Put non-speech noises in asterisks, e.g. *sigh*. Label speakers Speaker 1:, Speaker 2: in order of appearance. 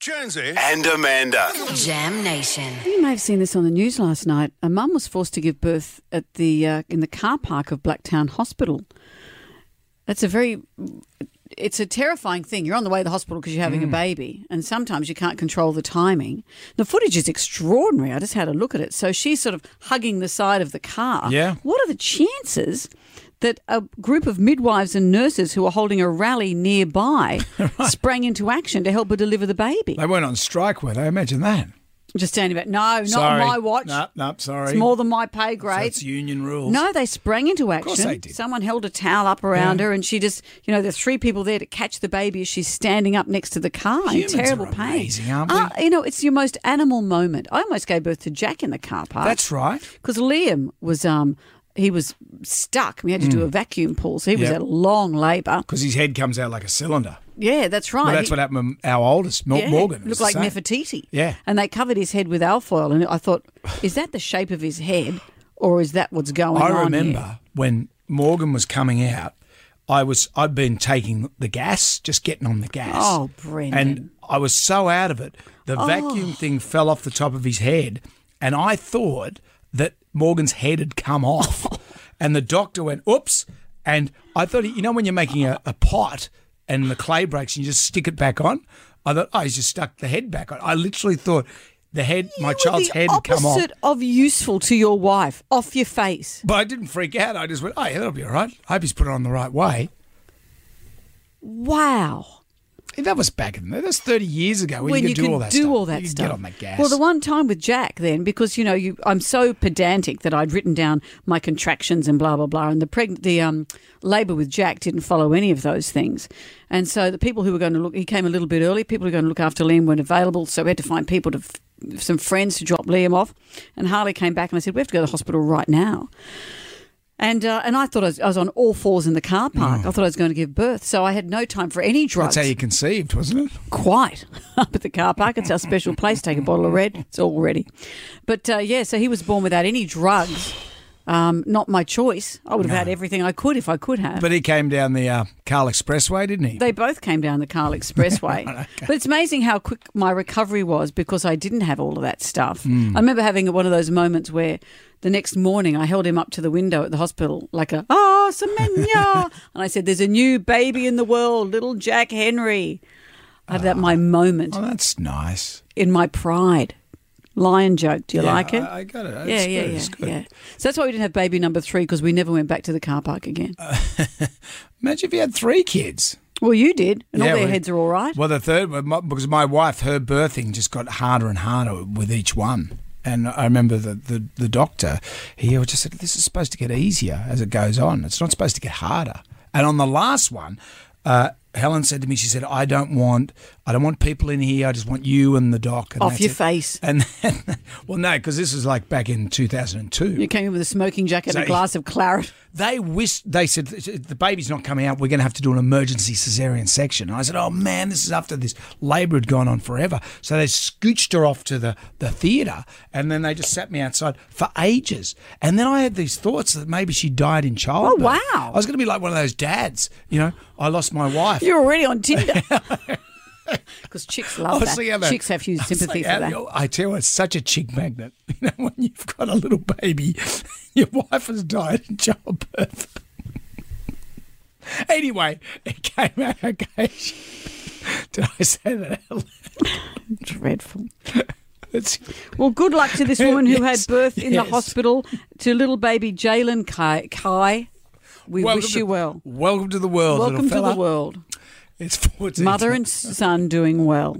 Speaker 1: Jonesy.
Speaker 2: and Amanda.
Speaker 3: Jam Nation.
Speaker 4: You may have seen this on the news last night. A mum was forced to give birth at the uh, in the car park of Blacktown Hospital. That's a very it's a terrifying thing. You're on the way to the hospital because you're having
Speaker 5: Mm.
Speaker 4: a baby, and sometimes you can't control the timing. The footage is extraordinary. I just had a look at it. So she's sort of hugging the side of the car.
Speaker 5: Yeah.
Speaker 4: What are the chances that a group of midwives and nurses who are holding a
Speaker 5: *laughs*
Speaker 4: rally nearby sprang into action to help her deliver the baby?
Speaker 5: They weren't on strike, were they? Imagine that.
Speaker 4: Just standing back. No, not
Speaker 5: sorry.
Speaker 4: on my watch.
Speaker 5: No, no, sorry.
Speaker 4: It's more than my pay
Speaker 5: Oh, So
Speaker 4: grade.
Speaker 5: it's union rules.
Speaker 4: no, they sprang into action.
Speaker 5: course they did.
Speaker 4: Someone held a towel up around her, and she just, you know, there's three people there to catch the baby as she's standing up next to the car
Speaker 5: Humans
Speaker 4: in terrible
Speaker 5: are
Speaker 4: pain.
Speaker 5: amazing, aren't
Speaker 4: Ah, you know, it's your most animal moment. I almost gave birth to Jack in the car park.
Speaker 5: That's right.
Speaker 4: because Liam was, um, he was stuck. We had to do a vacuum pull, so he was
Speaker 5: Hmm. Yep.
Speaker 4: at long labour.
Speaker 5: Because his head comes out like a cylinder.
Speaker 4: Yeah, that's right.
Speaker 5: Well, that's
Speaker 4: He-
Speaker 5: what happened with our oldest, Mor-
Speaker 4: Yeah,
Speaker 5: Morgan. It was
Speaker 4: Looked
Speaker 5: the
Speaker 4: like
Speaker 5: same.
Speaker 4: Nefertiti.
Speaker 5: Yeah.
Speaker 4: And they covered his head with alfoil. And I thought, is that the shape of his head or is that what's going on?
Speaker 5: I
Speaker 4: here?
Speaker 5: remember when Morgan was coming out, I was I'd been taking the gas, just getting on the gas.
Speaker 4: Oh, Brendan. Oh.
Speaker 5: And I was so out of it, the vacuum thing fell off the top of his head, and I thought that Morgan's head had come
Speaker 4: *laughs*
Speaker 5: off. and the doctor went, "Oops!" And I thought, you know, when you're making a, a pot and the clay breaks, and you just stick it back on. I thought, oh, he's just stuck the head back on. I literally thought the head, my
Speaker 4: You were
Speaker 5: child's
Speaker 4: the
Speaker 5: head, had come off.
Speaker 4: opposite of useful to your wife, off your face.
Speaker 5: But I didn't freak out. I just went, oh, yeah, that'll be all right. I hope he's put it on the right way.
Speaker 4: Wow.
Speaker 5: That was back in the, that's 30 years ago where
Speaker 4: when
Speaker 5: you
Speaker 4: you
Speaker 5: could do
Speaker 4: can
Speaker 5: all that
Speaker 4: do
Speaker 5: stuff.
Speaker 4: all that
Speaker 5: you could
Speaker 4: stuff.
Speaker 5: get on the gas.
Speaker 4: Well, the one time with Jack, then, because you know, you, I'm so pedantic that I'd written down my contractions and blah blah blah, and the preg- the um, labour with Jack didn't follow any of those things, and so the people who were going to look, he came a little bit early. People who were going to look after Liam weren't available, so we had to find people to. f- Some friends to drop Liam off, and Harley came back and I said, "We have to go to the hospital right now." And uh, and I thought I was, I was on all fours in the car park.
Speaker 5: Mm.
Speaker 4: I thought I was going to give birth, so I had no time for any drugs.
Speaker 5: That's how you conceived, wasn't it?
Speaker 4: Quite *laughs* up at the car park. It's our special place. Take a bottle of red. It's all ready. But uh, yeah, so he was born without any drugs. Um, not my choice. I would have had everything I could if I could have.
Speaker 5: But he came down the uh, Carl Expressway, didn't he?
Speaker 4: they both came down the Carl Expressway. But it's amazing how quick my recovery was because I didn't have all of that stuff. I remember having one of those moments where the next morning I held him up to the window at the hospital like a, ah, Semenya. and I said, there's a new baby in the world, little Jack Henry. I had that my moment
Speaker 5: oh, that's nice.
Speaker 4: in my pride. Lion joke. Do you
Speaker 5: Yeah,
Speaker 4: like it?
Speaker 5: I, I got it. That's
Speaker 4: yeah, yeah,
Speaker 5: good.
Speaker 4: yeah,
Speaker 5: It's good.
Speaker 4: yeah. So that's why we didn't have baby number three because we never went back to the car park again.
Speaker 5: Uh, Imagine if you had three kids.
Speaker 4: well, you did, and
Speaker 5: Yeah,
Speaker 4: all their
Speaker 5: well-
Speaker 4: heads are all right.
Speaker 5: Well, the third one, my- because my wife, her birthing just got harder and harder with each one. And I remember the, the, the doctor, he just said, This is supposed to get easier as it goes on. It's not supposed to get harder. And on the last one, uh, Helen said to me, She said, I don't want I don't want people in here. I just want you and the doc. And
Speaker 4: Off
Speaker 5: that's
Speaker 4: your
Speaker 5: it."
Speaker 4: face.
Speaker 5: And *laughs* then, well, no, because this was like back in 2002
Speaker 4: you came in with a smoking jacket and a
Speaker 5: So-
Speaker 4: glass of claret. *laughs*
Speaker 5: they whis- they said the baby's not coming out. We're going to have to do an emergency cesarean section. And I said, oh man, this is after this labour had gone on forever. So they scooched her off to the the theatre, and then they just sat me outside for ages. And then I had these thoughts that maybe she died in childbirth.
Speaker 4: wow.
Speaker 5: I was going to be like one of those dads, you know. I lost my wife.
Speaker 4: You're already
Speaker 5: *laughs*
Speaker 4: on Tinder. Because chicks love that.
Speaker 5: Honestly, Emma,
Speaker 4: Chicks have huge
Speaker 5: I was
Speaker 4: sympathy
Speaker 5: like,
Speaker 4: for that.
Speaker 5: Emma, I tell you, it's such a chick magnet. *laughs* You know, when you've got a little baby, *laughs* your wife has died in childbirth. *laughs* anyway, it came out okay. *laughs* Did I say that? out loud?
Speaker 4: Dreadful.
Speaker 5: It's-
Speaker 4: Well, good luck to
Speaker 5: *laughs*
Speaker 4: this woman who
Speaker 5: Yes,
Speaker 4: had birth in
Speaker 5: yes.
Speaker 4: the hospital to little baby Jalen Kai. Kai. We wish
Speaker 5: to,
Speaker 4: you well.
Speaker 5: Welcome to the world,
Speaker 4: Welcome
Speaker 5: little
Speaker 4: to
Speaker 5: fella.
Speaker 4: the world.
Speaker 5: It's 14.
Speaker 4: Mother and son doing well.